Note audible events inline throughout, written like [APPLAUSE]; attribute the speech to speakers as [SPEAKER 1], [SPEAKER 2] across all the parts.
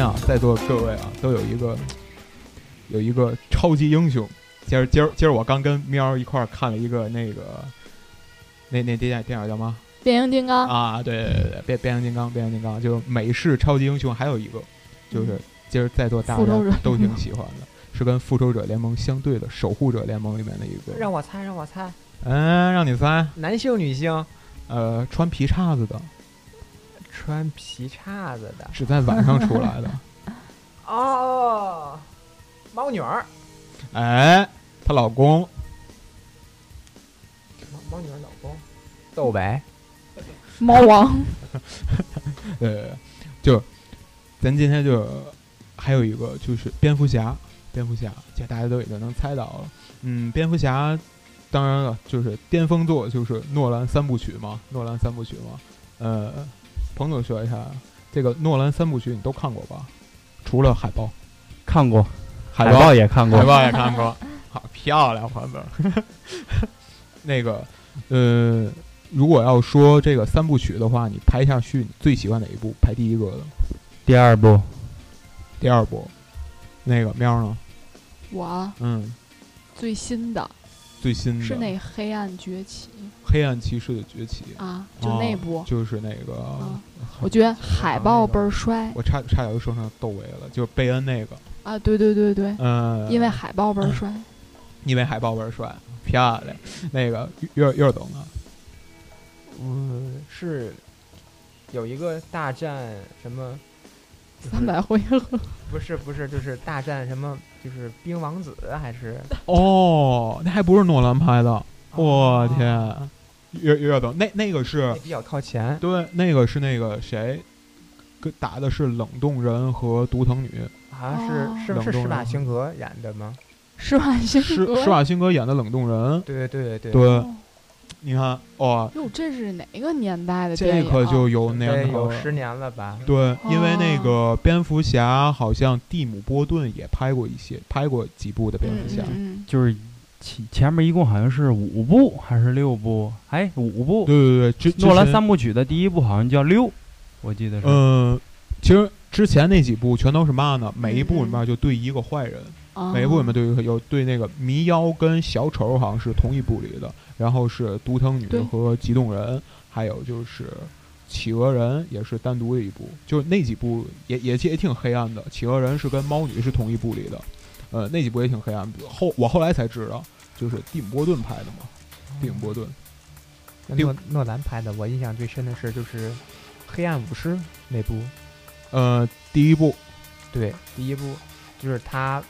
[SPEAKER 1] 啊，在座各位啊，都有一个有一个超级英雄。今儿今儿今儿我刚跟喵一块儿看了一个那个那那电影电影叫嘛
[SPEAKER 2] 变形金刚，
[SPEAKER 1] 啊？对对对对，变变形金刚，变形金刚就美式超级英雄，还有一个就是今儿在座大
[SPEAKER 2] 复仇
[SPEAKER 1] 家
[SPEAKER 2] 者
[SPEAKER 1] 都挺喜欢的，是跟复仇者联盟相对的守护者联盟里面的一个。
[SPEAKER 3] 让我猜，让我猜，
[SPEAKER 1] 嗯，让你猜，
[SPEAKER 3] 男性女性
[SPEAKER 1] 呃，穿皮叉子的
[SPEAKER 3] 穿皮叉子的
[SPEAKER 1] 是在晚上出来的，
[SPEAKER 3] 哦，猫女儿，
[SPEAKER 1] 哎，她老公
[SPEAKER 3] 猫猫女儿老公，窦唯，
[SPEAKER 2] 猫王，
[SPEAKER 1] 呃，就咱今天就还有一个就是蝙蝠侠，蝙蝠侠，这大家都已经能猜到了。嗯，蝙蝠侠，当然了，就是巅峰作就是诺兰三部曲嘛，诺兰三部曲嘛。呃，彭总说一下，这个诺兰三部曲你都看过吧？除了海报，
[SPEAKER 4] 看过，
[SPEAKER 1] 海
[SPEAKER 4] 海报也看过
[SPEAKER 1] 海，报也看过， [LAUGHS] 好漂亮，环本。 [LAUGHS] 那个，呃，如果要说这个三部曲的话，你排下去，你最喜欢哪一部？排第一个的，
[SPEAKER 4] 第二部
[SPEAKER 1] 第二部，那个喵呢？
[SPEAKER 2] 我啊
[SPEAKER 1] 嗯，
[SPEAKER 2] 最新的
[SPEAKER 1] 最新的
[SPEAKER 2] 是那《黑暗崛起
[SPEAKER 1] 黑暗骑士的崛起》，
[SPEAKER 2] 啊，就那部
[SPEAKER 1] 哦，哦就是那个，
[SPEAKER 2] 啊我觉得海报倍儿帅
[SPEAKER 1] 我差差点就说成窦唯了，就是贝恩那个，
[SPEAKER 2] 啊，对对对对，
[SPEAKER 4] 呃
[SPEAKER 1] 嗯，
[SPEAKER 2] 因为海报倍儿帅，
[SPEAKER 1] 因为海报倍儿帅，漂亮，那个月月懂了，
[SPEAKER 3] 嗯，是有一个大战什么，就是
[SPEAKER 2] 三百回合，
[SPEAKER 3] 不是不是，就是大战什么，就是冰王子还是？
[SPEAKER 1] 哦，那还不是诺兰拍的，我
[SPEAKER 3] 啊，
[SPEAKER 1] 天，月月懂，那那个是
[SPEAKER 3] 那比较靠前。
[SPEAKER 1] 对，那个是那个谁。跟打的是冷冻人和独
[SPEAKER 2] [LAUGHS]
[SPEAKER 1] 藤女，
[SPEAKER 3] 好像
[SPEAKER 2] 哦
[SPEAKER 3] 是是
[SPEAKER 1] 冷
[SPEAKER 3] 是
[SPEAKER 1] 冻
[SPEAKER 3] 施瓦
[SPEAKER 1] 人
[SPEAKER 3] 辛格演的吗？
[SPEAKER 2] 施瓦辛
[SPEAKER 1] 施
[SPEAKER 2] 格，
[SPEAKER 1] 施瓦辛格演的冷冻人。
[SPEAKER 3] 对对对对，
[SPEAKER 1] 对，
[SPEAKER 2] 哦
[SPEAKER 1] 你看，哇，
[SPEAKER 2] 哟，这是哪个年代的电
[SPEAKER 1] 这
[SPEAKER 2] 影啊？
[SPEAKER 1] 可就有
[SPEAKER 3] 得
[SPEAKER 1] 年头
[SPEAKER 3] 有
[SPEAKER 1] 了。
[SPEAKER 3] 十年了吧？
[SPEAKER 1] 对，因为那
[SPEAKER 2] 哦
[SPEAKER 1] 个蝙蝠侠好像蒂姆·波顿也拍过一些，拍过几部的蝙
[SPEAKER 2] 嗯
[SPEAKER 1] 蝠侠。
[SPEAKER 2] 嗯
[SPEAKER 4] 就是前前面一共好像是五部还是六部？哎，五
[SPEAKER 2] 嗯
[SPEAKER 4] 部。
[SPEAKER 1] 对对对，之
[SPEAKER 4] 诺兰。
[SPEAKER 1] 之前
[SPEAKER 4] 三部曲的第一部好像叫六，我记得是。
[SPEAKER 1] 嗯，其实之前那几部全都是嘛呢？每一部里面
[SPEAKER 2] 嗯
[SPEAKER 1] 就对一个坏人，
[SPEAKER 2] 嗯，
[SPEAKER 1] 每一部里
[SPEAKER 2] 啊
[SPEAKER 1] 面对一个有对那个迷妖跟小丑好像是同一部里的，然后是独藤女
[SPEAKER 2] 对
[SPEAKER 1] 和极冻人，还有就是。企鹅人也是单独的一部，就是那几部也也也挺黑暗的。企鹅人是跟猫女是同一部里的，呃，那几部也挺黑暗。后我后来才知道，就是蒂姆·波顿拍的嘛，蒂姆·波顿。
[SPEAKER 3] 那
[SPEAKER 1] 定
[SPEAKER 3] 诺诺兰拍的，我印象最深的是就是《黑暗武师》那部，
[SPEAKER 1] 呃，第一部
[SPEAKER 3] 对，第一部就是他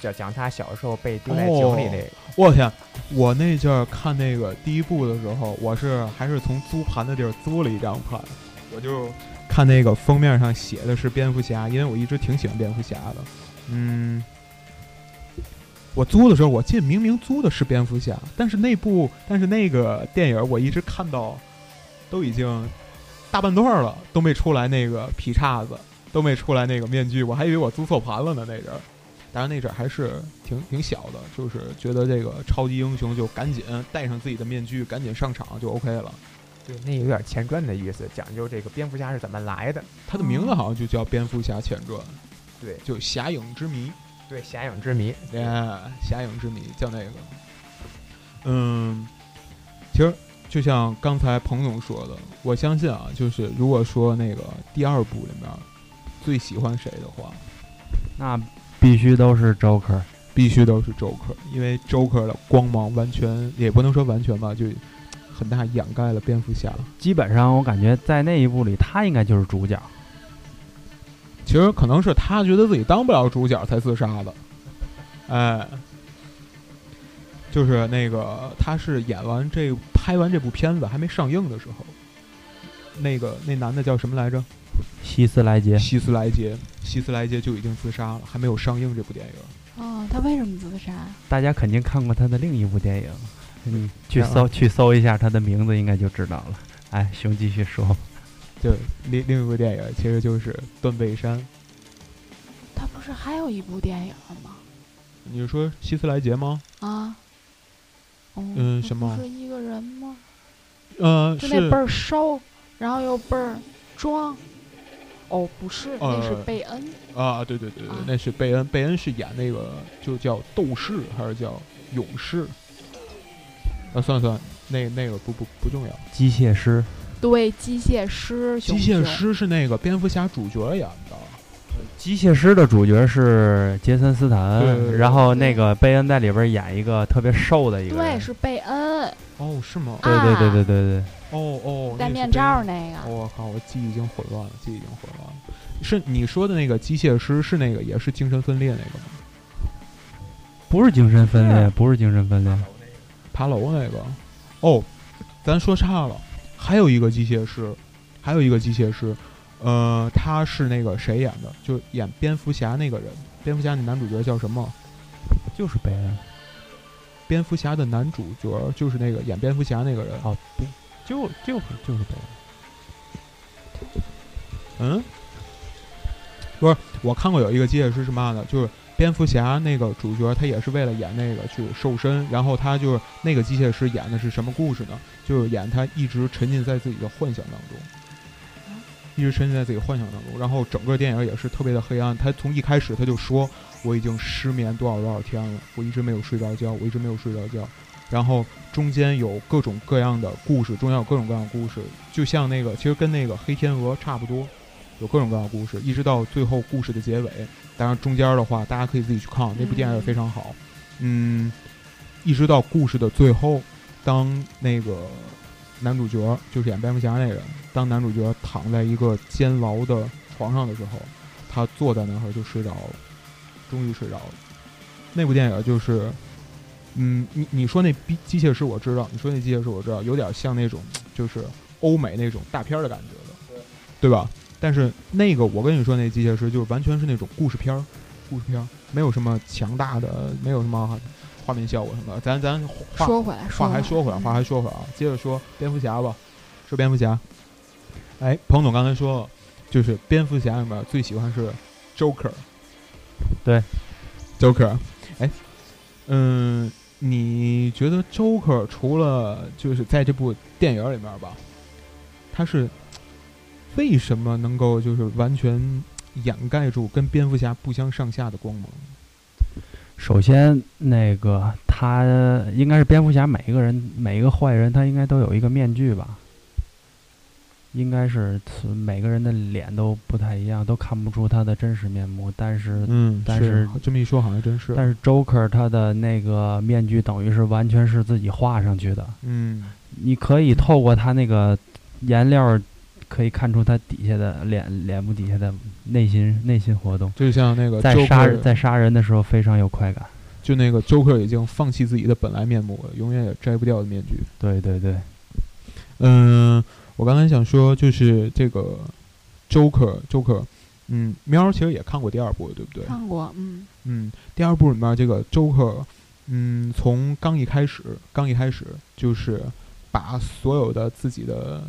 [SPEAKER 3] 讲讲他小时候被丢在井里
[SPEAKER 1] 哦
[SPEAKER 3] 那个。
[SPEAKER 1] 我天！我那阵儿看那个第一部的时候，我是还是从租盘的地儿租了一张盘，我就看那个封面上写的是蝙蝠侠，因为我一直挺喜欢蝙蝠侠的。嗯，我租的时候，我记得明明租的是蝙蝠侠，但是那部但是那个电影我一直看到都已经大半段儿了，都没出来那个皮叉子，都没出来那个面具，我还以为我租错盘了呢那阵儿。当然那阵儿还是挺挺小的，就是觉得这个超级英雄就赶紧戴上自己的面具，赶紧上场就 OK 了。
[SPEAKER 3] 对，那有点前传的意思，讲究这个蝙蝠侠是怎么来的。
[SPEAKER 1] 他的名字好像就叫《蝙蝠侠前传》，
[SPEAKER 3] 哦对
[SPEAKER 1] 就《侠影之谜》。
[SPEAKER 3] 对，侠影之谜。
[SPEAKER 1] 耶，《侠影之谜》叫那个。嗯，其实就像刚才彭总说的，我相信啊，就是如果说那个第二部里面最喜欢谁的话，
[SPEAKER 4] 那必须都是 Joker。
[SPEAKER 1] 必须都是 Joker，因为 Joker 的光芒完全也不能说完全吧，就很大掩盖了蝙蝠侠。
[SPEAKER 4] 基本上我感觉在那一部里，他应该就是主角。
[SPEAKER 1] 其实可能是他觉得自己当不了主角才自杀的，哎，就是那个他是演完这拍完这部片子还没上映的时候，那个那男的叫什么来
[SPEAKER 2] 哎
[SPEAKER 1] 着？
[SPEAKER 4] 希斯莱杰
[SPEAKER 1] 希斯莱杰，希斯莱杰就已经自杀了，还没有上映这部电影。
[SPEAKER 2] 哦，他为什么自杀？
[SPEAKER 4] 大家肯定看过他的另一部电影，嗯，去搜去搜一下他的名字，应该就知道了。哎，熊继续说，
[SPEAKER 1] 就另另一部电影其实就是《断背山》。
[SPEAKER 2] 他不是还有一部电影吗？
[SPEAKER 1] 你说希斯莱杰吗？
[SPEAKER 2] 啊，哦
[SPEAKER 1] 嗯
[SPEAKER 2] 他
[SPEAKER 1] 什么
[SPEAKER 2] 不是一个人吗？
[SPEAKER 1] 呃，
[SPEAKER 2] 就那
[SPEAKER 1] 是
[SPEAKER 2] 倍儿瘦，然后又倍儿壮，哦，不是，那
[SPEAKER 1] 呃
[SPEAKER 2] 是贝恩。
[SPEAKER 1] 啊，对对对对
[SPEAKER 2] 啊，
[SPEAKER 1] 那是贝恩，贝恩是演那个就叫斗士还是叫勇士？啊，算了算了，那那个不不不重要。
[SPEAKER 4] 机械师，
[SPEAKER 2] 对，机械师
[SPEAKER 1] 机
[SPEAKER 2] 熊熊。
[SPEAKER 1] 械师是那个蝙蝠侠主角演的，
[SPEAKER 4] 机械师的主角是杰森斯坦，
[SPEAKER 1] 对对对
[SPEAKER 4] 然后那个贝恩在里边演一个特别瘦的一个人，
[SPEAKER 2] 对，是贝恩
[SPEAKER 1] 哦，是吗？
[SPEAKER 4] 对对对对对对，
[SPEAKER 1] 哦哦，
[SPEAKER 2] 啊戴
[SPEAKER 1] 那是
[SPEAKER 2] 面
[SPEAKER 1] 贝
[SPEAKER 2] 罩儿
[SPEAKER 1] 恩
[SPEAKER 2] 那
[SPEAKER 1] 哦
[SPEAKER 2] 个，
[SPEAKER 1] 我靠，我记忆已经混乱了，记忆已经混乱了。是你说的那个机械师是那个也是精神分裂那个吗？
[SPEAKER 4] 不是精神分裂，不是精神分裂，
[SPEAKER 1] 爬楼那个。哦，咱说岔了，还有一个机械师，还有一个机械师，呃，他是那个谁演的？就演蝙蝠侠那个人，蝙蝠侠那男主角叫什么？
[SPEAKER 4] 就是贝恩。
[SPEAKER 1] 蝙蝠侠的男主角就是那个演蝙蝠侠那个人。
[SPEAKER 4] 哦，对，就就就是贝恩。
[SPEAKER 1] 嗯，不是，我看过有一个机械师是嘛呢？就是蝙蝠侠那个主角，他也是为了演那个去瘦身，然后他就是那个机械师演的是什么故事呢？就是演他一直沉浸在自己的幻想当中，一直沉浸在自己幻想当中，然后整个电影也是特别的黑暗。他从一开始他就说我已经失眠多少多少天了，我一直没有睡着觉，我一直没有睡着觉。然后中间有各种各样的故事，中间有各种各样的故事，就像那个其实跟那个黑天鹅差不多，有各种各样的故事，一直到最后故事的结尾。当然中间的话，大家可以自己去看，那部电影也非常好。嗯，一直到故事的最后，当那个男主角就是演蝙蝠侠那人，当男主角躺在一个监牢的床上的时候，他坐在那儿就睡着了，终于睡着了。那部电影就是，嗯，你你说那逼机械师我知道，你说那机械师我知道，有点像那种就是欧美那种大片儿的感觉的，对吧？但是那个我跟你说，那机械师就是完全是那种故事片儿，故事片儿没有什么强大的，没有什么画面效果什么的。咱咱话
[SPEAKER 2] 说回来，
[SPEAKER 1] 话还说回来，话还说回来啊，接着说蝙蝠侠吧，说蝙蝠侠。哎，彭总刚才说了，就是蝙蝠侠里面最喜欢是 Joker，
[SPEAKER 4] 对
[SPEAKER 1] ，Joker。哎，嗯，你觉得 Joker 除了就是在这部电影里面吧，他是为什么能够就是完全掩盖住跟蝙蝠侠不相上下的光芒？
[SPEAKER 4] 首先，那个他应该是蝙蝠侠，每一个人每一个坏人，他应该都有一个面具吧？应该是每个人的脸都不太一样，都看不出他的真实面目。但是，
[SPEAKER 1] 嗯，
[SPEAKER 4] 但是
[SPEAKER 1] 这么一说好像真是，
[SPEAKER 4] 但是 Joker 他的那个面具等于是完全是自己画上去的。
[SPEAKER 1] 嗯。
[SPEAKER 4] 你可以透过他那个颜料，可以看出他底下的脸脸部底下的内心内心活动。
[SPEAKER 1] 就像那个
[SPEAKER 4] 在
[SPEAKER 1] Joker,
[SPEAKER 4] 杀在杀人的时候非常有快感。
[SPEAKER 1] 就那个 Joker 已经放弃自己的本来面目了，永远也摘不掉的面具。
[SPEAKER 4] 对对对，
[SPEAKER 1] 嗯，我刚才想说就是这个 Joker Joker，嗯，喵儿其实也看过第二部，对不对？
[SPEAKER 2] 看过，嗯，
[SPEAKER 1] 嗯，第二部里面这个 Joker，嗯，从刚一开始，刚一开始就是把所有的自己的，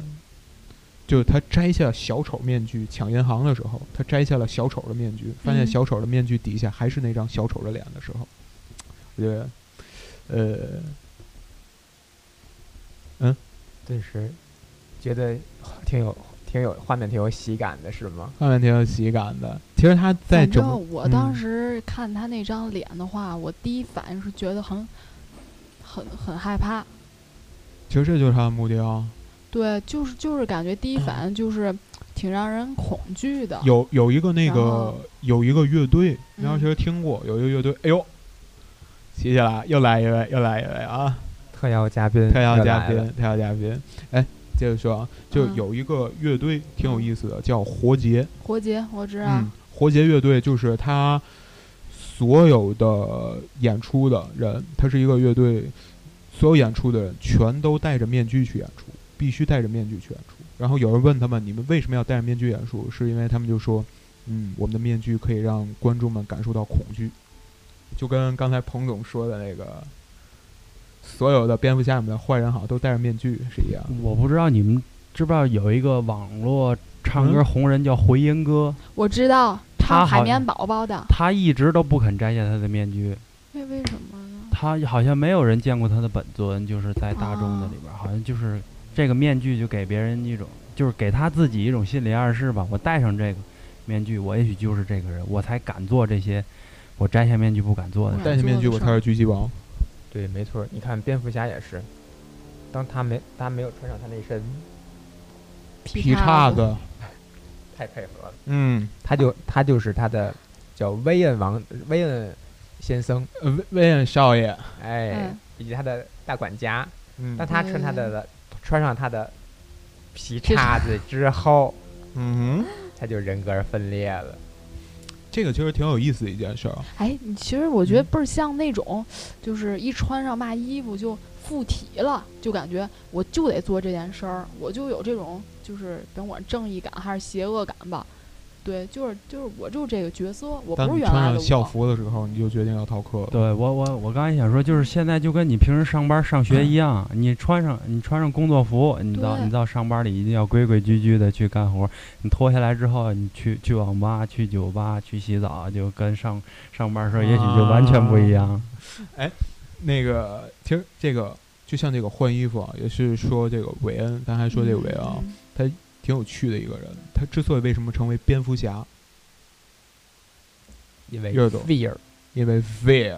[SPEAKER 1] 就是他摘下小丑面具抢银行的时候，他摘下了小丑的面具，发现
[SPEAKER 2] 嗯
[SPEAKER 1] 小丑的面具底下还是那张小丑的脸的时候，我觉得，呃，
[SPEAKER 3] 顿时觉得挺有挺有画面挺有喜感的，是吗？
[SPEAKER 1] 画面挺有喜感的。其实他在
[SPEAKER 2] 反
[SPEAKER 1] 整
[SPEAKER 2] 正
[SPEAKER 1] 个，嗯
[SPEAKER 2] 我当时看他那张脸的话，我第一反应是觉得很很很害怕。
[SPEAKER 1] 其实这就是他的目的啊。
[SPEAKER 2] 对，就是就是感觉第一反应就是挺让人恐惧的。
[SPEAKER 1] 有有一个那
[SPEAKER 2] 啊然
[SPEAKER 1] 个
[SPEAKER 2] 后
[SPEAKER 1] 有一个乐队，你要
[SPEAKER 2] 嗯
[SPEAKER 1] 其实听过，有一个乐队，哎呦，接下来又来一位，又来一位啊！
[SPEAKER 3] 特邀嘉宾，
[SPEAKER 1] 特邀嘉
[SPEAKER 3] 嗯来了
[SPEAKER 1] 宾，，特邀嘉宾，哎，接着说啊，就
[SPEAKER 2] 嗯
[SPEAKER 1] 有一个乐队挺有意思的，叫活结，
[SPEAKER 2] 活结，我知道。
[SPEAKER 1] 嗯，活结乐队就是他所有的演出的人，他是一个乐队，所有演出的人全都戴着面具去演出，必须戴着面具去演出。然后有人问他们，你们为什么要戴着面具演出？是因为他们就说，嗯，我们的面具可以让观众们感受到恐惧，就跟刚才彭总说的那个。所有的蝙蝠侠里面的坏人好像都戴着面具是一样的，
[SPEAKER 4] 我不知道你们知不知道有一个网络唱歌
[SPEAKER 1] 嗯
[SPEAKER 4] 红人叫回音哥，
[SPEAKER 2] 我知道
[SPEAKER 4] 他
[SPEAKER 2] 唱海
[SPEAKER 4] 好
[SPEAKER 2] 绵
[SPEAKER 4] 像
[SPEAKER 2] 宝宝的，
[SPEAKER 4] 他一直都不肯摘下他的面具，
[SPEAKER 2] 为为什么呢？
[SPEAKER 4] 他好像没有人见过他的本尊，就是在大众的里
[SPEAKER 2] 啊
[SPEAKER 4] 边儿，好像就是这个面具就给别人一种，就是给他自己一种心理暗示吧，我戴上这个，面具，我也许就是这个人，我才敢做这些我摘下面具不敢做的
[SPEAKER 2] 嗯
[SPEAKER 4] 事。
[SPEAKER 1] 戴下面具我才是狙击王。
[SPEAKER 3] 对，没错儿。你看蝙蝠侠也是，当他没他没有穿上他那身，
[SPEAKER 1] 劈叉子，
[SPEAKER 3] 太配合了。
[SPEAKER 1] 嗯，
[SPEAKER 3] 他就他就是他的叫威恩王威恩先生，
[SPEAKER 1] 呃威威恩少爷，
[SPEAKER 3] 哎，
[SPEAKER 2] 嗯
[SPEAKER 3] 以及他的大管家。
[SPEAKER 1] 嗯
[SPEAKER 3] 当他穿他
[SPEAKER 2] 对对
[SPEAKER 3] 的穿上他的皮
[SPEAKER 2] 皮
[SPEAKER 3] 叉子之后，
[SPEAKER 1] 嗯哼，
[SPEAKER 3] 他就人格分裂了。
[SPEAKER 1] 这个其实挺有意思的一件事儿。啊
[SPEAKER 2] 哎，你其实我觉得倍儿像那种，就是一穿上嘛衣服就附体了，就感觉我就得做这件事儿，我就有这种就是甭管正义感还是邪恶感吧，对，就是就是我就这个角色，我
[SPEAKER 1] 当
[SPEAKER 2] 不是
[SPEAKER 1] 你
[SPEAKER 2] 原
[SPEAKER 1] 穿
[SPEAKER 2] 来
[SPEAKER 1] 上
[SPEAKER 2] 的
[SPEAKER 1] 校
[SPEAKER 2] 我。
[SPEAKER 1] 服的时候，你就决定要逃课了。
[SPEAKER 4] 对我我我刚才想说，就是现在就跟你平时上班上学一样，你穿上你穿上工作服，你到
[SPEAKER 2] 对
[SPEAKER 4] 你到上班里一定要规规矩矩的去干活。你脱下来之后，你去去网吧、去酒吧、去洗澡，就跟上上班时候也许
[SPEAKER 2] 啊
[SPEAKER 4] 就完全不一样。
[SPEAKER 1] 那个，其实这个就像这个换衣服啊，也是说这个韦恩，咱还说这个韦恩啊，
[SPEAKER 2] 嗯
[SPEAKER 1] 挺有趣的一个人。他之所以为什么成为蝙蝠侠，
[SPEAKER 3] 因为
[SPEAKER 1] 热狗
[SPEAKER 3] fear
[SPEAKER 1] 因为 fear。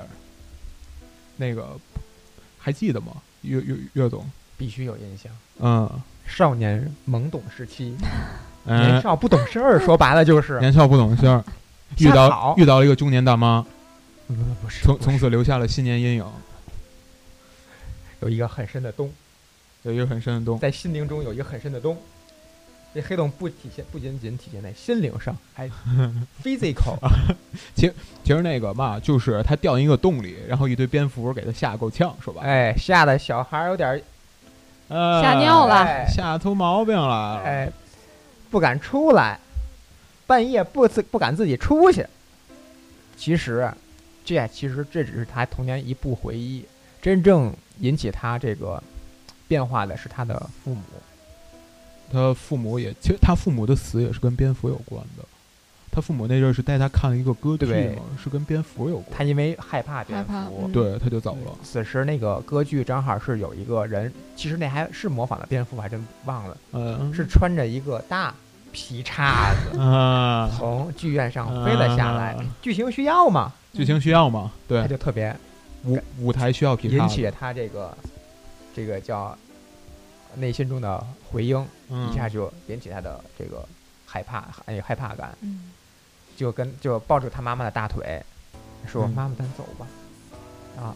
[SPEAKER 1] 那个还记得吗？岳岳岳总，
[SPEAKER 3] 必须有印象。
[SPEAKER 1] 嗯，
[SPEAKER 3] 少年懵懂时期，年
[SPEAKER 1] 哎，
[SPEAKER 3] 少不懂事儿，说白了
[SPEAKER 2] 啊
[SPEAKER 3] 就是
[SPEAKER 1] 年少不懂事
[SPEAKER 2] [LAUGHS]
[SPEAKER 1] 儿，遇
[SPEAKER 3] 瞎
[SPEAKER 1] 到
[SPEAKER 3] 跑
[SPEAKER 1] 遇到了一个中年大妈，
[SPEAKER 3] 不嗯不不是，
[SPEAKER 1] 从
[SPEAKER 3] 不是
[SPEAKER 1] 从此留下了新年阴影，
[SPEAKER 3] 有一个很深的洞，
[SPEAKER 1] 有一个很深的洞。
[SPEAKER 3] 在心灵中有一个很深的洞。这黑洞不体现不仅仅体现在心灵上，
[SPEAKER 1] [LAUGHS]
[SPEAKER 3] 还 physical
[SPEAKER 1] 其实那个嘛，就是他掉进一个洞里，然后一堆蝙蝠给他吓得够呛，说白了，
[SPEAKER 3] 哎，吓得小孩儿有点儿
[SPEAKER 1] 哎
[SPEAKER 2] 吓尿了
[SPEAKER 3] 哎
[SPEAKER 1] 吓出毛病来了。
[SPEAKER 3] 哎，不敢出来，半夜不自不敢自己出去。其实，这其实这只是他童年一部回忆，真正引起他这个变化的是他的父母。
[SPEAKER 1] 他父母也，其实他父母的死也是跟蝙蝠有关的。他父母那阵儿是带他看了一个歌剧
[SPEAKER 3] 对
[SPEAKER 1] 嘛，是跟蝙蝠有关。
[SPEAKER 3] 他因为害怕蝙
[SPEAKER 2] 害怕
[SPEAKER 3] 蝠，
[SPEAKER 2] 嗯
[SPEAKER 1] 对，他就走了。
[SPEAKER 3] 此时那个歌剧正好是有一个人，其实那还是模仿的蝙蝠，我还真忘了，
[SPEAKER 1] 嗯，
[SPEAKER 3] 是穿着一个大皮叉子
[SPEAKER 1] 啊，
[SPEAKER 3] 从剧院上飞了下来。
[SPEAKER 1] 啊
[SPEAKER 3] 剧情需要嘛，
[SPEAKER 2] 嗯
[SPEAKER 1] 剧情需要嘛？
[SPEAKER 3] 他
[SPEAKER 1] 对，
[SPEAKER 3] 就特别
[SPEAKER 1] 舞舞台需要劈
[SPEAKER 3] 引
[SPEAKER 1] 叉
[SPEAKER 3] 起
[SPEAKER 1] 子，
[SPEAKER 3] 他这个这个叫内心中的回应，
[SPEAKER 1] 嗯
[SPEAKER 3] 一下就引起他的这个害怕，哎，害怕感，
[SPEAKER 2] 嗯，
[SPEAKER 3] 就跟就抱住他妈妈的大腿，说：“
[SPEAKER 1] 嗯
[SPEAKER 3] 妈妈，咱走吧。”啊，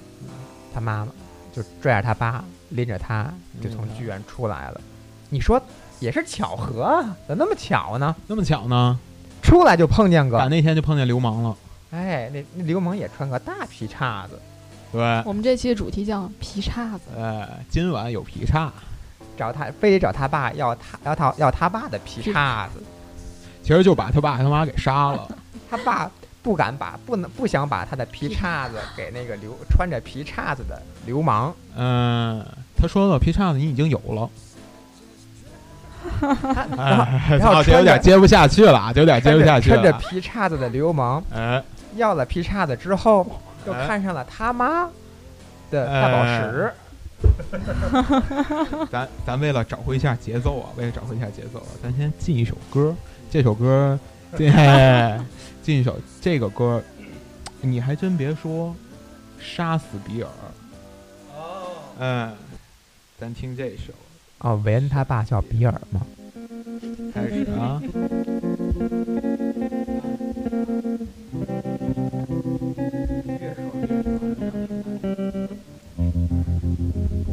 [SPEAKER 3] 他妈妈就拽着他爸，拎着他就从剧院出来了。你说也是巧合啊，怎么那么巧呢？
[SPEAKER 1] 那么巧呢？
[SPEAKER 3] 出来就碰见
[SPEAKER 1] 打
[SPEAKER 3] 个，
[SPEAKER 1] 那天就碰见流氓了。
[SPEAKER 3] 哎，那那流氓也穿个大皮叉子，
[SPEAKER 1] 对，
[SPEAKER 2] 我们这期的主题叫皮叉子，
[SPEAKER 1] 呃，今晚有劈叉。
[SPEAKER 3] 找他非得找他爸要他要他要他爸的皮
[SPEAKER 2] 皮
[SPEAKER 3] 叉子。
[SPEAKER 1] 其实就把他爸他妈给杀了。
[SPEAKER 3] 他爸不敢把不能不想把他的皮叉子给那个流穿着皮叉子的流氓，
[SPEAKER 1] 嗯，他说了，劈叉子你已经有 [LAUGHS] 了。哎，
[SPEAKER 3] 然
[SPEAKER 1] [LAUGHS]
[SPEAKER 3] 后
[SPEAKER 1] 操，这有
[SPEAKER 3] 穿着
[SPEAKER 1] 点接不下去了啊，这有点接
[SPEAKER 3] 穿
[SPEAKER 1] 不
[SPEAKER 3] 着
[SPEAKER 1] 下去
[SPEAKER 3] 穿着
[SPEAKER 1] 了。
[SPEAKER 3] 皮叉子的流氓
[SPEAKER 1] 哎，
[SPEAKER 3] 要了皮叉子之后，又
[SPEAKER 1] 哎
[SPEAKER 3] 看上了他妈的大宝
[SPEAKER 1] 呃
[SPEAKER 3] 石，
[SPEAKER 1] 咱咱为了找回一下节奏啊，为了找回一下节奏啊，咱先进一首歌。这首 [LAUGHS] 歌，进进一首这个歌，你还真别说，杀死比尔。哦，嗯，咱听这首
[SPEAKER 3] 哦，韦恩他爸叫比尔嘛，
[SPEAKER 1] 开始啊。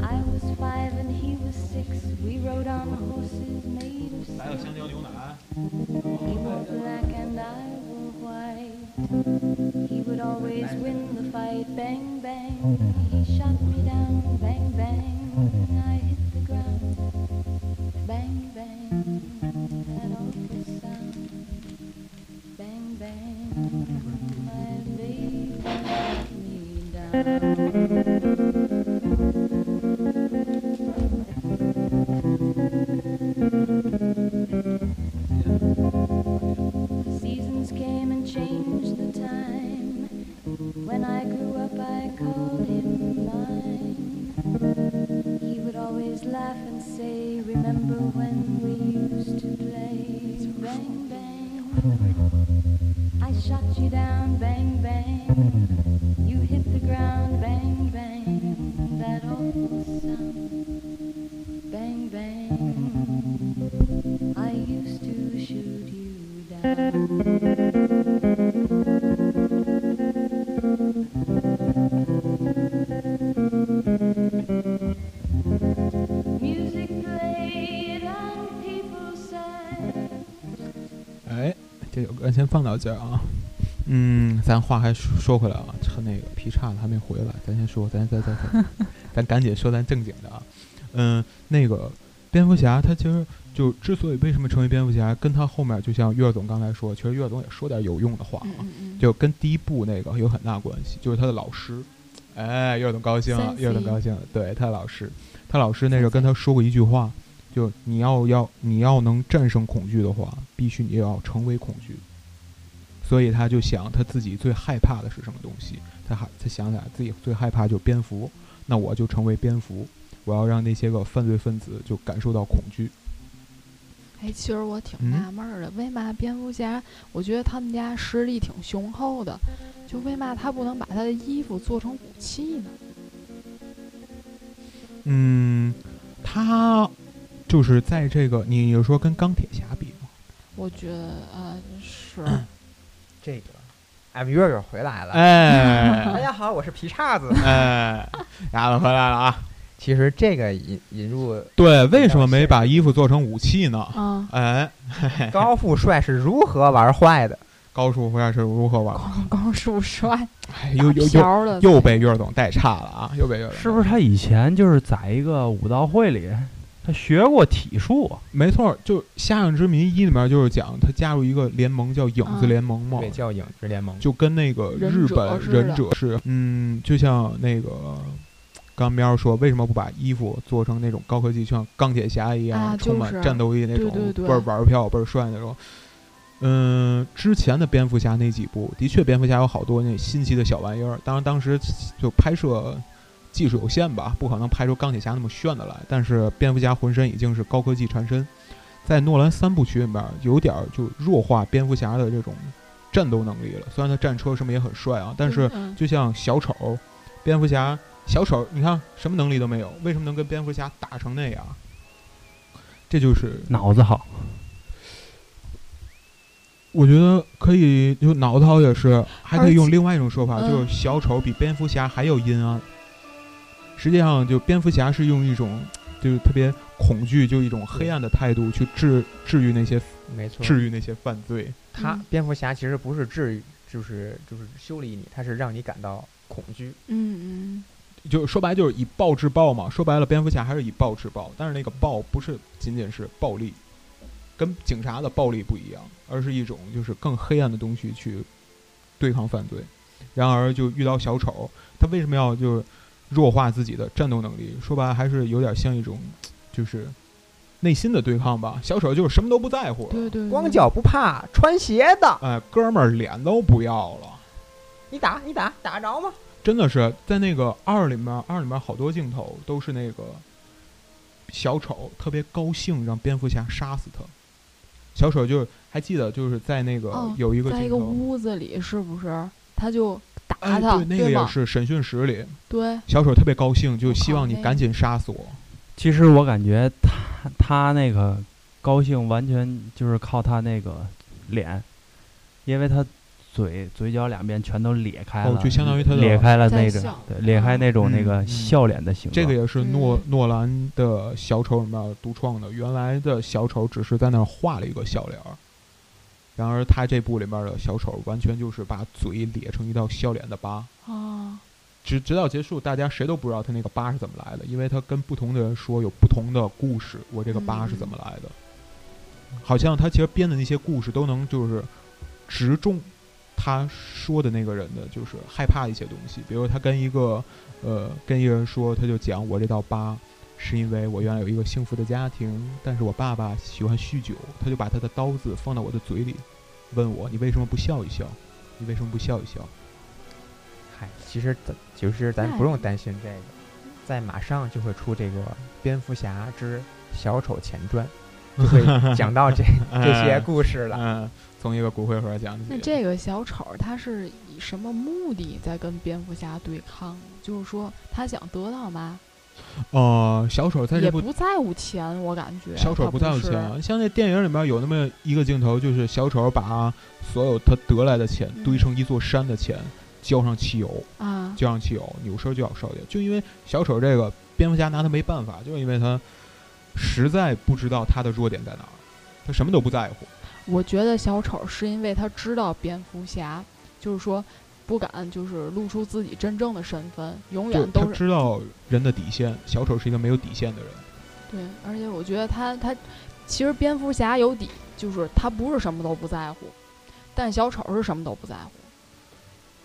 [SPEAKER 5] I was five and he was six. We rode on horses made of
[SPEAKER 1] 来了香蕉牛奶。
[SPEAKER 5] He wore black and I wore white. He would always win the fight. Bang, bang. He shot me down. Bang, bang. I hit the ground. Bang, bang. An awful sound. Bang, bang. My baby let me down. The seasons came and changed the time. When I grew up, I called him mine. He would always laugh and say, Remember when we used to play? Bang, bang. put you down, bang, bang. You hit the ground, bang, bang. That old sound, bang, bang. I used to shoot you down. Music played and people sang.
[SPEAKER 1] 哎，这首歌先放到这儿啊。嗯，咱话还说说回来啊，趁那个劈叉子还没回来，咱先说，咱咱咱 [LAUGHS] 咱，咱赶紧说咱正经的啊。嗯，那个蝙蝠侠他其实就之所以为什么成为蝙蝠侠，跟他后面就像岳总刚才说，其实岳总也说点有用的话啊，
[SPEAKER 2] 嗯嗯嗯，
[SPEAKER 1] 就跟第一部那个有很大关系，就是他的老师。哎，岳总高兴了
[SPEAKER 2] 三，
[SPEAKER 1] 岳总
[SPEAKER 2] C
[SPEAKER 1] 高兴了。对他老师，他老师那个跟他说过一句话，就你要要你要能战胜恐惧的话，必须你要成为恐惧。所以他就想他自己最害怕的是什么东西，他还他想起来自己最害怕就是蝙蝠，那我就成为蝙蝠，我要让那些个犯罪分子就感受到恐惧。
[SPEAKER 2] 哎，其实我挺
[SPEAKER 1] 嗯
[SPEAKER 2] 纳闷儿的，为嘛蝙蝠侠？我觉得他们家实力挺雄厚的，就为嘛他不能把他的衣服做成武器呢？
[SPEAKER 1] 嗯，他就是在这个你你说跟钢铁侠比吗？
[SPEAKER 2] 我觉得呃是
[SPEAKER 1] 嗯
[SPEAKER 3] 这个，哎俺们月月回来了。
[SPEAKER 1] 呃
[SPEAKER 3] 大
[SPEAKER 1] [LAUGHS] 哎
[SPEAKER 3] 家好，我是皮
[SPEAKER 1] [LAUGHS]
[SPEAKER 3] 叉子。
[SPEAKER 1] 哎，丫们回来了啊！
[SPEAKER 3] 其实这个引引
[SPEAKER 1] [LAUGHS]
[SPEAKER 3] 入
[SPEAKER 1] 对，为什么没把衣服做成武器呢？
[SPEAKER 2] 啊，
[SPEAKER 1] 哎，
[SPEAKER 3] 高富帅是如何玩坏的，
[SPEAKER 1] 高数回来是如何玩？
[SPEAKER 2] 光光树
[SPEAKER 1] [LAUGHS]
[SPEAKER 2] 帅
[SPEAKER 1] 哎，又又
[SPEAKER 2] 飘
[SPEAKER 1] 又
[SPEAKER 2] 儿了，
[SPEAKER 1] 又被岳总带岔了啊！又被岳总带
[SPEAKER 4] 是不是他以前就是在一个武道会里，他学过体术？
[SPEAKER 1] 没错，就《夏样之谜一》里面就是讲他加入一个联盟叫影子
[SPEAKER 2] 嗯
[SPEAKER 1] 联盟嘛，
[SPEAKER 3] 对，叫影之联盟。
[SPEAKER 1] 就跟那个
[SPEAKER 2] 忍
[SPEAKER 1] 日
[SPEAKER 2] 者
[SPEAKER 1] 本
[SPEAKER 2] 似
[SPEAKER 1] 忍
[SPEAKER 2] 的
[SPEAKER 1] 者是，嗯，就像那个刚喵说，为什么不把衣服做成那种高科技，就像钢铁侠一样，
[SPEAKER 2] 啊
[SPEAKER 1] 充满
[SPEAKER 2] 就是
[SPEAKER 1] 战斗力那
[SPEAKER 2] 对
[SPEAKER 1] 种
[SPEAKER 2] 对对
[SPEAKER 1] 倍儿玩票倍儿帅那种。嗯，之前的蝙蝠侠那几部，的确蝙蝠侠有好多那新奇的小玩意儿，当然当时就拍摄技术有限吧，不可能拍出钢铁侠那么炫的来。但是蝙蝠侠浑身已经是高科技缠身，在诺兰三部曲里面有点儿就弱化蝙蝠侠的这种战斗能力了。虽然他战车什么也很帅啊，但是
[SPEAKER 2] 嗯
[SPEAKER 1] 就像小丑、蝙蝠侠，小丑你看什么能力都没有，为什么能跟蝙蝠侠打成那样？这就是
[SPEAKER 4] 脑子好，
[SPEAKER 1] 我觉得可以，就脑子好也是，还可以用另外一种说法，
[SPEAKER 2] 嗯
[SPEAKER 1] 就是小丑比蝙蝠侠还要阴暗。实际上，就蝙蝠侠是用一种就是特别恐惧，就一种黑暗的态度去治治愈那些
[SPEAKER 3] 没错，
[SPEAKER 1] 治愈那些犯罪。
[SPEAKER 3] 他
[SPEAKER 2] 嗯
[SPEAKER 3] 蝙蝠侠其实不是治愈，就是就是修理你，他是让你感到恐惧。
[SPEAKER 2] 嗯嗯
[SPEAKER 1] 就说白了就是以暴制暴嘛。说白了，蝙蝠侠还是以暴制暴，但是那个暴不是仅仅是暴力，跟警察的暴力不一样，而是一种就是更黑暗的东西去对抗犯罪。然而就遇到小丑，他为什么要就是弱化自己的战斗能力？说白了还是有点像一种就是内心的对抗吧。小丑就是什么都不在乎了，
[SPEAKER 2] 对对，
[SPEAKER 3] 光
[SPEAKER 2] 对
[SPEAKER 3] 脚不怕穿鞋的，
[SPEAKER 1] 哎，哥们儿脸都不要了。
[SPEAKER 3] 你打你打打着吗？
[SPEAKER 1] 真的是在那个二里面，二里面好多镜头都是那个小丑特别高兴让蝙蝠侠杀死他。小丑就还记得就是在那个
[SPEAKER 2] 哦
[SPEAKER 1] 有一个
[SPEAKER 2] 在一
[SPEAKER 1] 镜
[SPEAKER 2] 个
[SPEAKER 1] 头，
[SPEAKER 2] 屋子里是不是？他就打
[SPEAKER 1] 哎，
[SPEAKER 2] 他，
[SPEAKER 1] 对，那个也
[SPEAKER 2] 吗？
[SPEAKER 1] 是审讯室里，
[SPEAKER 2] 对，
[SPEAKER 1] 小丑特别高兴，就
[SPEAKER 2] 我靠
[SPEAKER 1] 希望你
[SPEAKER 2] 那
[SPEAKER 1] 赶紧杀死我。
[SPEAKER 4] 其实我感觉他他那个高兴完全就是靠他那个脸，因为他嘴嘴角两边全都裂开
[SPEAKER 1] 哦
[SPEAKER 4] 了，
[SPEAKER 1] 就相当于他的
[SPEAKER 4] 裂开了
[SPEAKER 2] 在
[SPEAKER 4] 那种
[SPEAKER 2] 笑，
[SPEAKER 4] 对，裂开那种那
[SPEAKER 1] 嗯
[SPEAKER 4] 个
[SPEAKER 1] 嗯
[SPEAKER 4] 笑脸的形状。
[SPEAKER 1] 这个也是诺、
[SPEAKER 2] 嗯
[SPEAKER 1] 诺兰的小丑里面独创的，原来的小丑只是在那儿画了一个笑脸儿，然而他这部里面的小丑完全就是把嘴咧成一道笑脸的疤。
[SPEAKER 2] 啊，
[SPEAKER 1] 直直到结束，大家谁都不知道他那个疤是怎么来的，因为他跟不同的人说有不同的故事，我这个疤是怎么来的。好像他其实编的那些故事都能就是直中他说的那个人的就是害怕的一些东西，比如他跟一个呃跟一个人说，他就讲我这道疤是因为我原来有一个幸福的家庭，但是我爸爸喜欢酗酒，他就把他的刀子放到我的嘴里，问我你为什么不笑一笑？你为什么不笑一笑？
[SPEAKER 3] 嗨，其实咱其实咱
[SPEAKER 2] 那
[SPEAKER 3] 不用担心这个，在马上就会出这个《蝙蝠侠之小丑前传》，就会讲到这 [LAUGHS] 这些故事 [LAUGHS] 了。
[SPEAKER 1] 嗯，从一个骨灰盒讲起。
[SPEAKER 2] 那这个小丑儿他是以什么目的在跟蝙蝠侠对抗？就是说他想得到嘛，
[SPEAKER 1] 哦，小丑在
[SPEAKER 2] 也
[SPEAKER 1] 这部
[SPEAKER 2] 不在乎钱，我感觉
[SPEAKER 1] 小丑
[SPEAKER 2] 他不
[SPEAKER 1] 在乎
[SPEAKER 2] 是
[SPEAKER 1] 钱，啊像那电影里面有那么一个镜头，就是小丑把所有他得来的钱
[SPEAKER 2] 嗯
[SPEAKER 1] 堆成一座山的钱，浇上汽油，
[SPEAKER 2] 啊，
[SPEAKER 1] 浇上汽油，扭身就要烧去。就因为小丑这个蝙蝠侠拿他没办法，就是因为他实在不知道他的弱点在哪儿，他什么都不在乎。
[SPEAKER 2] 我觉得小丑是因为他知道蝙蝠侠，就是说不敢就是露出自己真正的身份，永
[SPEAKER 1] 就
[SPEAKER 2] 远
[SPEAKER 1] 他
[SPEAKER 2] 都是
[SPEAKER 1] 知道人的底线，小丑是一个没有底线的人。
[SPEAKER 2] 对。而且我觉得他他其实蝙蝠侠有底，就是他不是什么都不在乎，但小丑是什么都不在乎。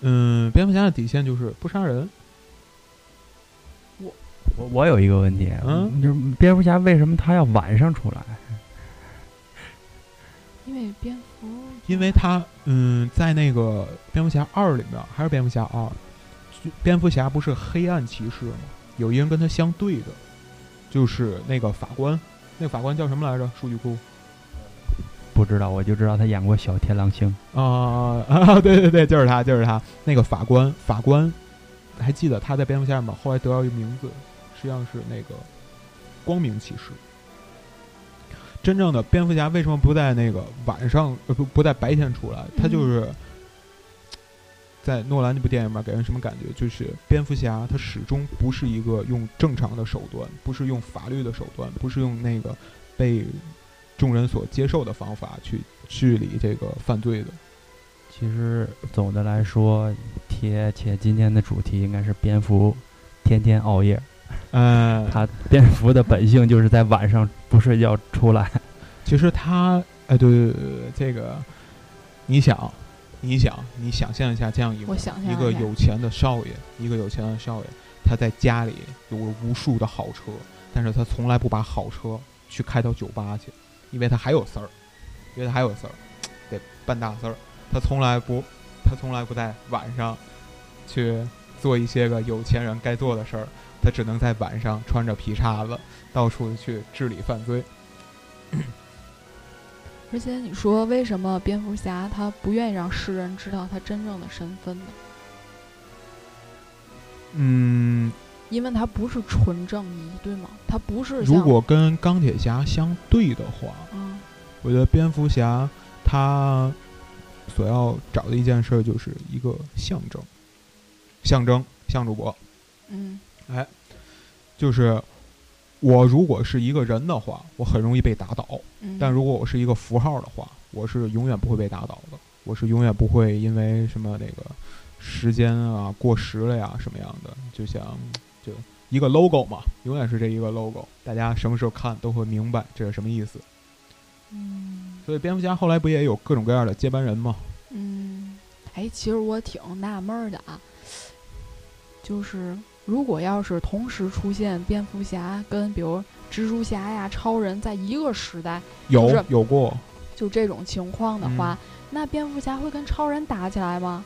[SPEAKER 1] 嗯，蝙蝠侠的底线就是不杀人。
[SPEAKER 4] 我我有一个问题，
[SPEAKER 1] 嗯
[SPEAKER 4] 就是蝙蝠侠为什么他要晚上出来？
[SPEAKER 2] 因为蝙蝠，
[SPEAKER 1] 因为他嗯，在那个蝙蝠侠二里面，还是蝙蝠侠二，就蝙蝠侠不是黑暗骑士吗？有一人跟他相对着，就是那个法官，那个法官叫什么来着？数据库
[SPEAKER 4] 不知道，我就知道他演过小天狼星。
[SPEAKER 1] 啊、啊！对对对，就是他，就是他。那个法官，法官，还记得他在蝙蝠侠里面后来得到一个名字，实际上是那个光明骑士。真正的蝙蝠侠为什么不在那个晚上，呃不不在白天出来？他就是在诺兰那部电影里面给人什么感觉？就是蝙蝠侠他始终不是一个用正常的手段，不是用法律的手段，不是用那个被众人所接受的方法去治理这个犯罪的。
[SPEAKER 4] 其实总的来说，贴切今天的主题应该是蝙蝠天天熬夜，
[SPEAKER 1] 嗯，
[SPEAKER 4] 它蝙蝠的本性就是在晚上不睡觉出来。 [LAUGHS]
[SPEAKER 1] 其实他，哎，对对对对对，这个，你想，你想，你想象一下这样一个
[SPEAKER 2] 我想象
[SPEAKER 1] 一个
[SPEAKER 2] 一下
[SPEAKER 1] 有钱的少爷，一个有钱的少爷，他在家里有了无数的好车，但是他从来不把好车去开到酒吧去，因为他还有事儿，因为他还有事儿，得办大事儿。他从来不，他从来不在晚上去做一些个有钱人该做的事儿，他只能在晚上穿着皮叉子到处去治理犯罪。
[SPEAKER 2] 而且你说为什么蝙蝠侠他不愿意让世人知道他真正的身份呢？
[SPEAKER 1] 嗯，
[SPEAKER 2] 因为他不是纯正义，对吗？他不是像
[SPEAKER 1] 如果跟钢铁侠相对的话，
[SPEAKER 2] 嗯
[SPEAKER 1] 我觉得蝙蝠侠他所要找的一件事儿就是一个象征，象征象主播，
[SPEAKER 2] 嗯
[SPEAKER 1] 哎，就是我如果是一个人的话，我很容易被打倒；
[SPEAKER 2] 嗯，
[SPEAKER 1] 但如果我是一个符号的话，我是永远不会被打倒的，我是永远不会因为什么那个时间啊过时了呀什么样的，就像就一个 logo 嘛，永远是这一个 logo，大家什么时候看都会明白这是什么意思。
[SPEAKER 2] 嗯
[SPEAKER 1] 所以蝙蝠侠后来不也有各种各样的接班人吗？
[SPEAKER 2] 嗯，哎，其实我挺纳闷儿的啊，就是如果要是同时出现蝙蝠侠跟比如蜘蛛侠呀、超人在一个时代，
[SPEAKER 1] 有
[SPEAKER 2] 就是
[SPEAKER 1] 有过，
[SPEAKER 2] 就这种情况的
[SPEAKER 1] 嗯
[SPEAKER 2] 话，那蝙蝠侠会跟超人打起来吗？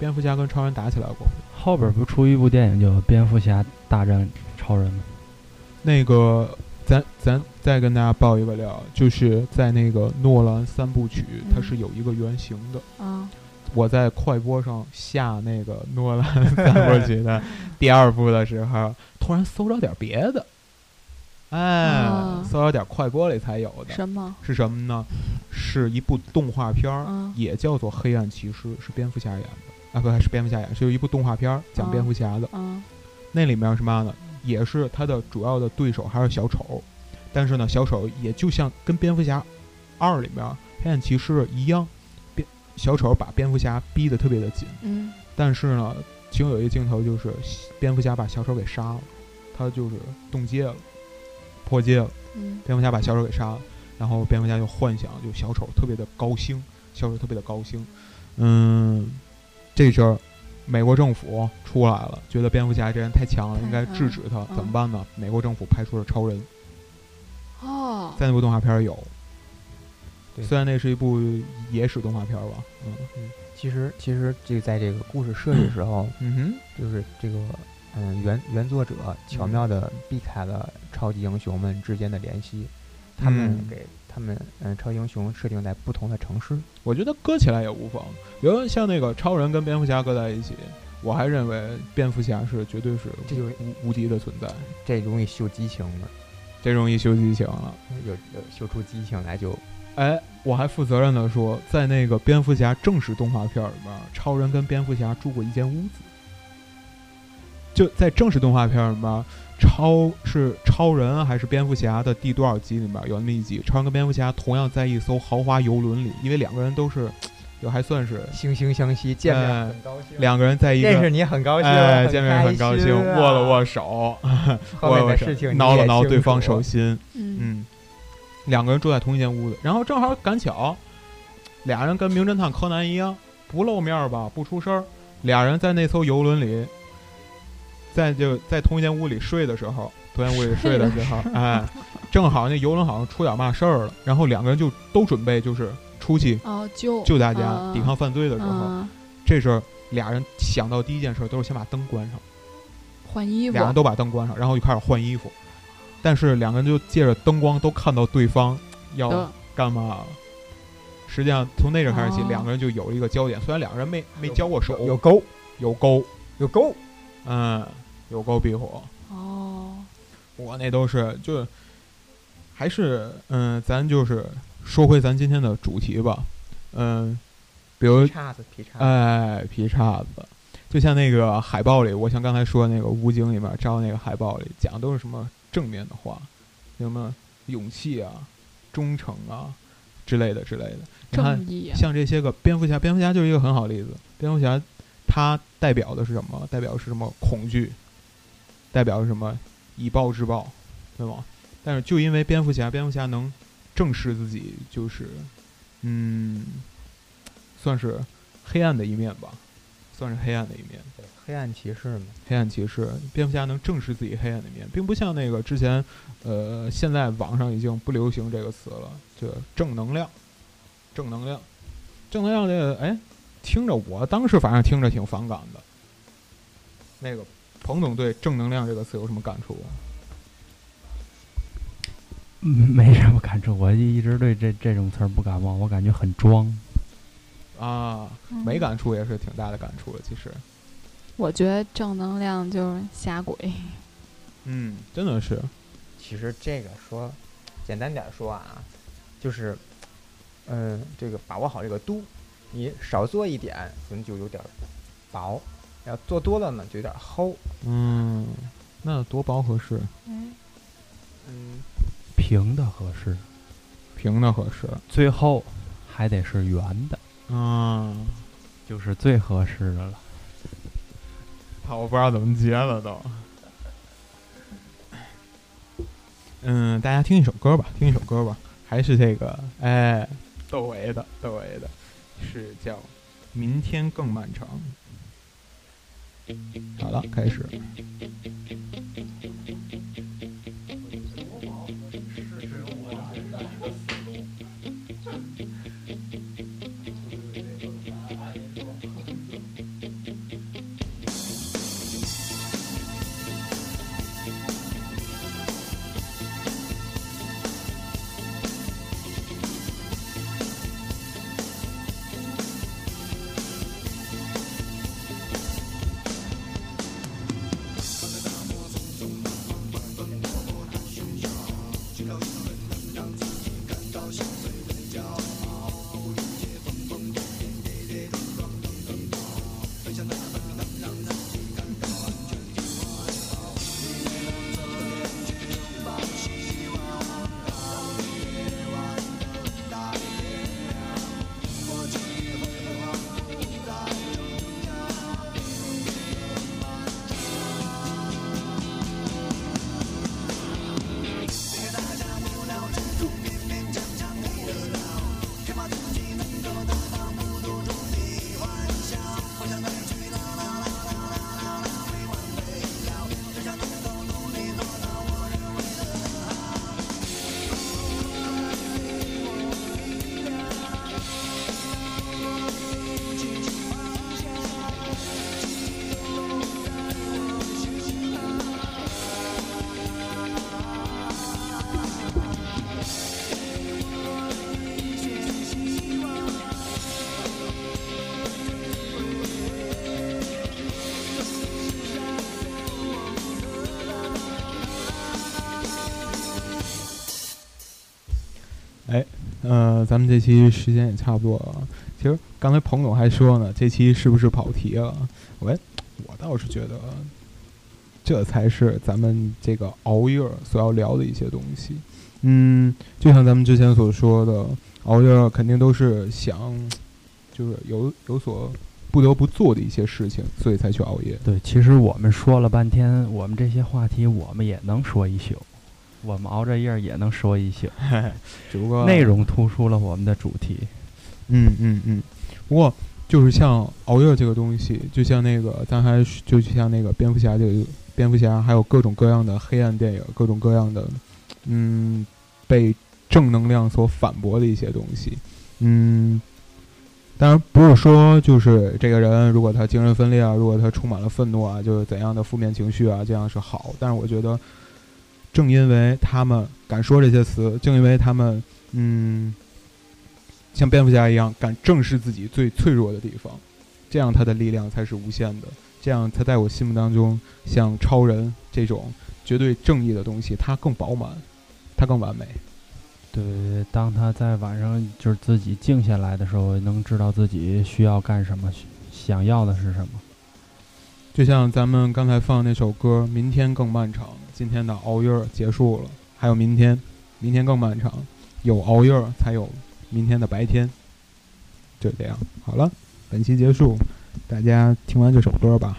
[SPEAKER 1] 蝙蝠侠跟超人打起来过。
[SPEAKER 4] 后边不出一部电影叫《蝙蝠侠大战超人》吗？ [LAUGHS]
[SPEAKER 1] 那个，咱咱再跟大家爆一个料，就是在那个诺兰三部曲，它
[SPEAKER 2] 嗯
[SPEAKER 1] 是有一个原型的。
[SPEAKER 2] 啊，
[SPEAKER 1] 我在快播上下那个诺兰三部曲
[SPEAKER 2] [LAUGHS]
[SPEAKER 1] 的第二部的时候，突然搜着点别的，哎，
[SPEAKER 2] 啊
[SPEAKER 1] 搜着点快播里才有的，
[SPEAKER 2] 什么？
[SPEAKER 1] 是什么呢？是一部动画片儿，
[SPEAKER 2] 啊
[SPEAKER 1] 也叫做《黑暗骑士》，是蝙蝠侠演的啊，不是蝙蝠侠演的，是有一部动画片儿讲
[SPEAKER 2] 啊
[SPEAKER 1] 蝙蝠侠的。
[SPEAKER 2] 啊
[SPEAKER 1] 那里面是嘛呢？也是他的主要的对手还是小丑，但是呢，小丑也就像跟蝙蝠侠二里面黑暗骑士一样，蝙小丑把蝙蝠侠逼得特别的紧，
[SPEAKER 2] 嗯
[SPEAKER 1] 但是呢，其中有一个镜头就是蝙蝠侠把小丑给杀了，他就是冻结了，破戒了。
[SPEAKER 2] 嗯
[SPEAKER 1] 蝙蝠侠把小丑给杀了，然后蝙蝠侠就幻想，就小丑特别的高兴，小丑特别的高兴。嗯，这事儿美国政府出来了，觉得蝙蝠侠这人太强了，
[SPEAKER 2] 太
[SPEAKER 1] 应该制止他，
[SPEAKER 2] 嗯
[SPEAKER 1] 怎么办呢？美国政府派出了超人，
[SPEAKER 2] 哦，
[SPEAKER 1] 在那部动画片儿有。
[SPEAKER 3] 对
[SPEAKER 1] 虽然那是一部野史动画片儿吧，嗯
[SPEAKER 3] 其实，其实这个在这个故事设计的时候，
[SPEAKER 1] 嗯哼，
[SPEAKER 3] 就是这个
[SPEAKER 1] 嗯
[SPEAKER 3] 嗯原原作者巧妙的避开了超级英雄们之间的联系，他们
[SPEAKER 1] 嗯
[SPEAKER 3] 给他们嗯超级英雄设定在不同的城市。
[SPEAKER 1] 我觉得搁起来也无妨。比如像那个超人跟蝙蝠侠搁在一起，我还认为蝙蝠侠是绝对是
[SPEAKER 3] 这就
[SPEAKER 1] 无无敌的存在，
[SPEAKER 3] 这容易秀激情嘛，嗯
[SPEAKER 1] 这容易修激情了。
[SPEAKER 3] 有有秀出激情来就
[SPEAKER 1] 哎，我还负责任的说，在那个蝙蝠侠正史动画片里边，超人跟蝙蝠侠住过一间屋子。就在正史动画片里边，超是超人还是蝙蝠侠的第多少集里面有那么一集，超人跟蝙蝠侠同样在一艘豪华游轮里，因为两个人都是，就还算是
[SPEAKER 3] 惺惺相惜，见面
[SPEAKER 1] 哎
[SPEAKER 3] 很高兴，
[SPEAKER 1] 两个人在一个
[SPEAKER 3] 认识你很高兴，
[SPEAKER 1] 哎，
[SPEAKER 3] 很
[SPEAKER 1] 见面很高
[SPEAKER 3] 开
[SPEAKER 1] 兴，
[SPEAKER 3] 心啊
[SPEAKER 1] 握了握手，
[SPEAKER 3] 后
[SPEAKER 1] 握了
[SPEAKER 3] 面
[SPEAKER 1] 握
[SPEAKER 3] 的
[SPEAKER 1] 手
[SPEAKER 3] 事情，你
[SPEAKER 1] 挠了
[SPEAKER 3] 也
[SPEAKER 1] 挠
[SPEAKER 3] 清
[SPEAKER 1] 对方
[SPEAKER 3] 楚
[SPEAKER 1] 手心，
[SPEAKER 2] 嗯，
[SPEAKER 1] 嗯，两个人住在同一间屋子，然后正好赶巧，俩人跟名侦探柯南一样，不露面儿吧，不出声儿，俩人在那艘游轮里，在就在同一间屋里睡的时候，同一间屋里睡的时
[SPEAKER 2] [LAUGHS]
[SPEAKER 1] 候，哎，正好那游轮好像出点嘛事儿了，然后两个人就都准备就是出去
[SPEAKER 2] 哦，就
[SPEAKER 1] 救大家、
[SPEAKER 2] 啊
[SPEAKER 1] 抵抗犯罪的时候，
[SPEAKER 2] 嗯，
[SPEAKER 1] 这时候俩人想到第一件事都是先把灯关上。
[SPEAKER 2] 换衣服
[SPEAKER 1] 俩，人都把灯关上，然后就开始换衣服。但是两个人就借着灯光都看到对方要
[SPEAKER 2] 的
[SPEAKER 1] 干嘛了。实际上从那阵开始起，
[SPEAKER 2] 哦
[SPEAKER 1] 两个人就有了一个焦点。虽然两个人没没交过手，
[SPEAKER 3] 有有沟
[SPEAKER 1] 有沟，
[SPEAKER 3] 有沟，
[SPEAKER 1] 嗯，有沟必火。
[SPEAKER 2] 哦，
[SPEAKER 1] 我那都是就还是嗯，咱就是说回咱今天的主题吧，嗯，比如
[SPEAKER 3] 劈叉子劈叉子，
[SPEAKER 1] 哎，劈叉子，就像那个海报里，我像刚才说的那个《吴京》里面照那个海报里讲的都是什么正面的话，什么勇气啊、忠诚啊之类的之类的。你看
[SPEAKER 2] 正，义啊，
[SPEAKER 1] 像这些个蝙蝠侠，蝙蝠侠就是一个很好的例子。蝙蝠侠他代表的是什么？代表是什么？恐惧，代表是什么？以暴制暴，对吗？但是就因为蝙蝠侠，蝙蝠侠能正视自己，就是嗯，算是黑暗的一面吧，算是黑暗的一面。
[SPEAKER 3] 对黑暗骑士嘛，
[SPEAKER 1] 黑暗骑士，蝙蝠侠能正视自己黑暗的一面，并不像那个之前，呃，现在网上已经不流行这个词了，这正能量，正能量，正能量这个，哎，听着我当时反正听着挺反感的。那个彭总对正能量这个词有什么感触？啊
[SPEAKER 4] 嗯没什么感触，我一直对这这种词儿不感冒，我感觉很装。
[SPEAKER 1] 啊，没感触也是挺大的感触了，其实，
[SPEAKER 2] 我觉得正能量就是瞎鬼，
[SPEAKER 1] 嗯，真的是，
[SPEAKER 3] 其实这个说，简单点儿说啊，就是，嗯，这个把握好这个度，你少做一点，可能就有点儿薄；要做多了呢，就有点儿齁。
[SPEAKER 1] 嗯，那多薄合适，
[SPEAKER 2] 嗯，
[SPEAKER 3] 嗯，
[SPEAKER 4] 平的合适，
[SPEAKER 1] 平的合适，
[SPEAKER 4] 最后还得是圆的，
[SPEAKER 1] 啊，
[SPEAKER 4] 就是最合适的了。
[SPEAKER 1] [LAUGHS] 好，我不知道怎么接了都。嗯，大家听一首歌吧，听一首歌吧，还是这个，哎，窦唯的，窦唯的，是叫《明天更漫长》。好了，开始。
[SPEAKER 5] 明天更漫长，
[SPEAKER 1] 呃，咱们这期时间也差不多了。其实刚才彭总还说呢，这期是不是跑题了？喂，我倒是觉得，这才是咱们这个熬夜所要聊的一些东西。嗯，就像咱们之前所说的，熬夜肯定都是想，就是有有所不得不做的一些事情，所以才去熬夜。
[SPEAKER 4] 对，其实我们说了半天，我们这些话题我们也能说一宿，我们熬着夜儿也能说一宿，
[SPEAKER 1] 只不过
[SPEAKER 4] 内容突出了我们的主题。
[SPEAKER 1] 嗯嗯嗯，不过就是像熬夜这个东西，就像那个咱还是就像那个蝙蝠侠这个蝙蝠侠，还有各种各样的黑暗电影，各种各样的嗯被正能量所反驳的一些东西，嗯。当然不是说就是这个人，如果他精神分裂啊，如果他充满了愤怒啊，就是怎样的负面情绪啊，这样是好。但是我觉得，正因为他们敢说这些词，正因为他们嗯像蝙蝠侠一样敢正视自己最脆弱的地方，这样他的力量才是无限的。这样他在我心目当中，像超人这种绝对正义的东西，它更饱满，它更完美。
[SPEAKER 4] 对对对，当他在晚上就是自己静下来的时候，能知道自己需要干什么，需想要的是什么。
[SPEAKER 1] 就像咱们刚才放那首歌《明天更漫长》，今天的熬夜儿结束了，还有明天，明天更漫长，有熬夜儿才有明天的白天，就这样。好了，本期结束，大家听完这首歌吧，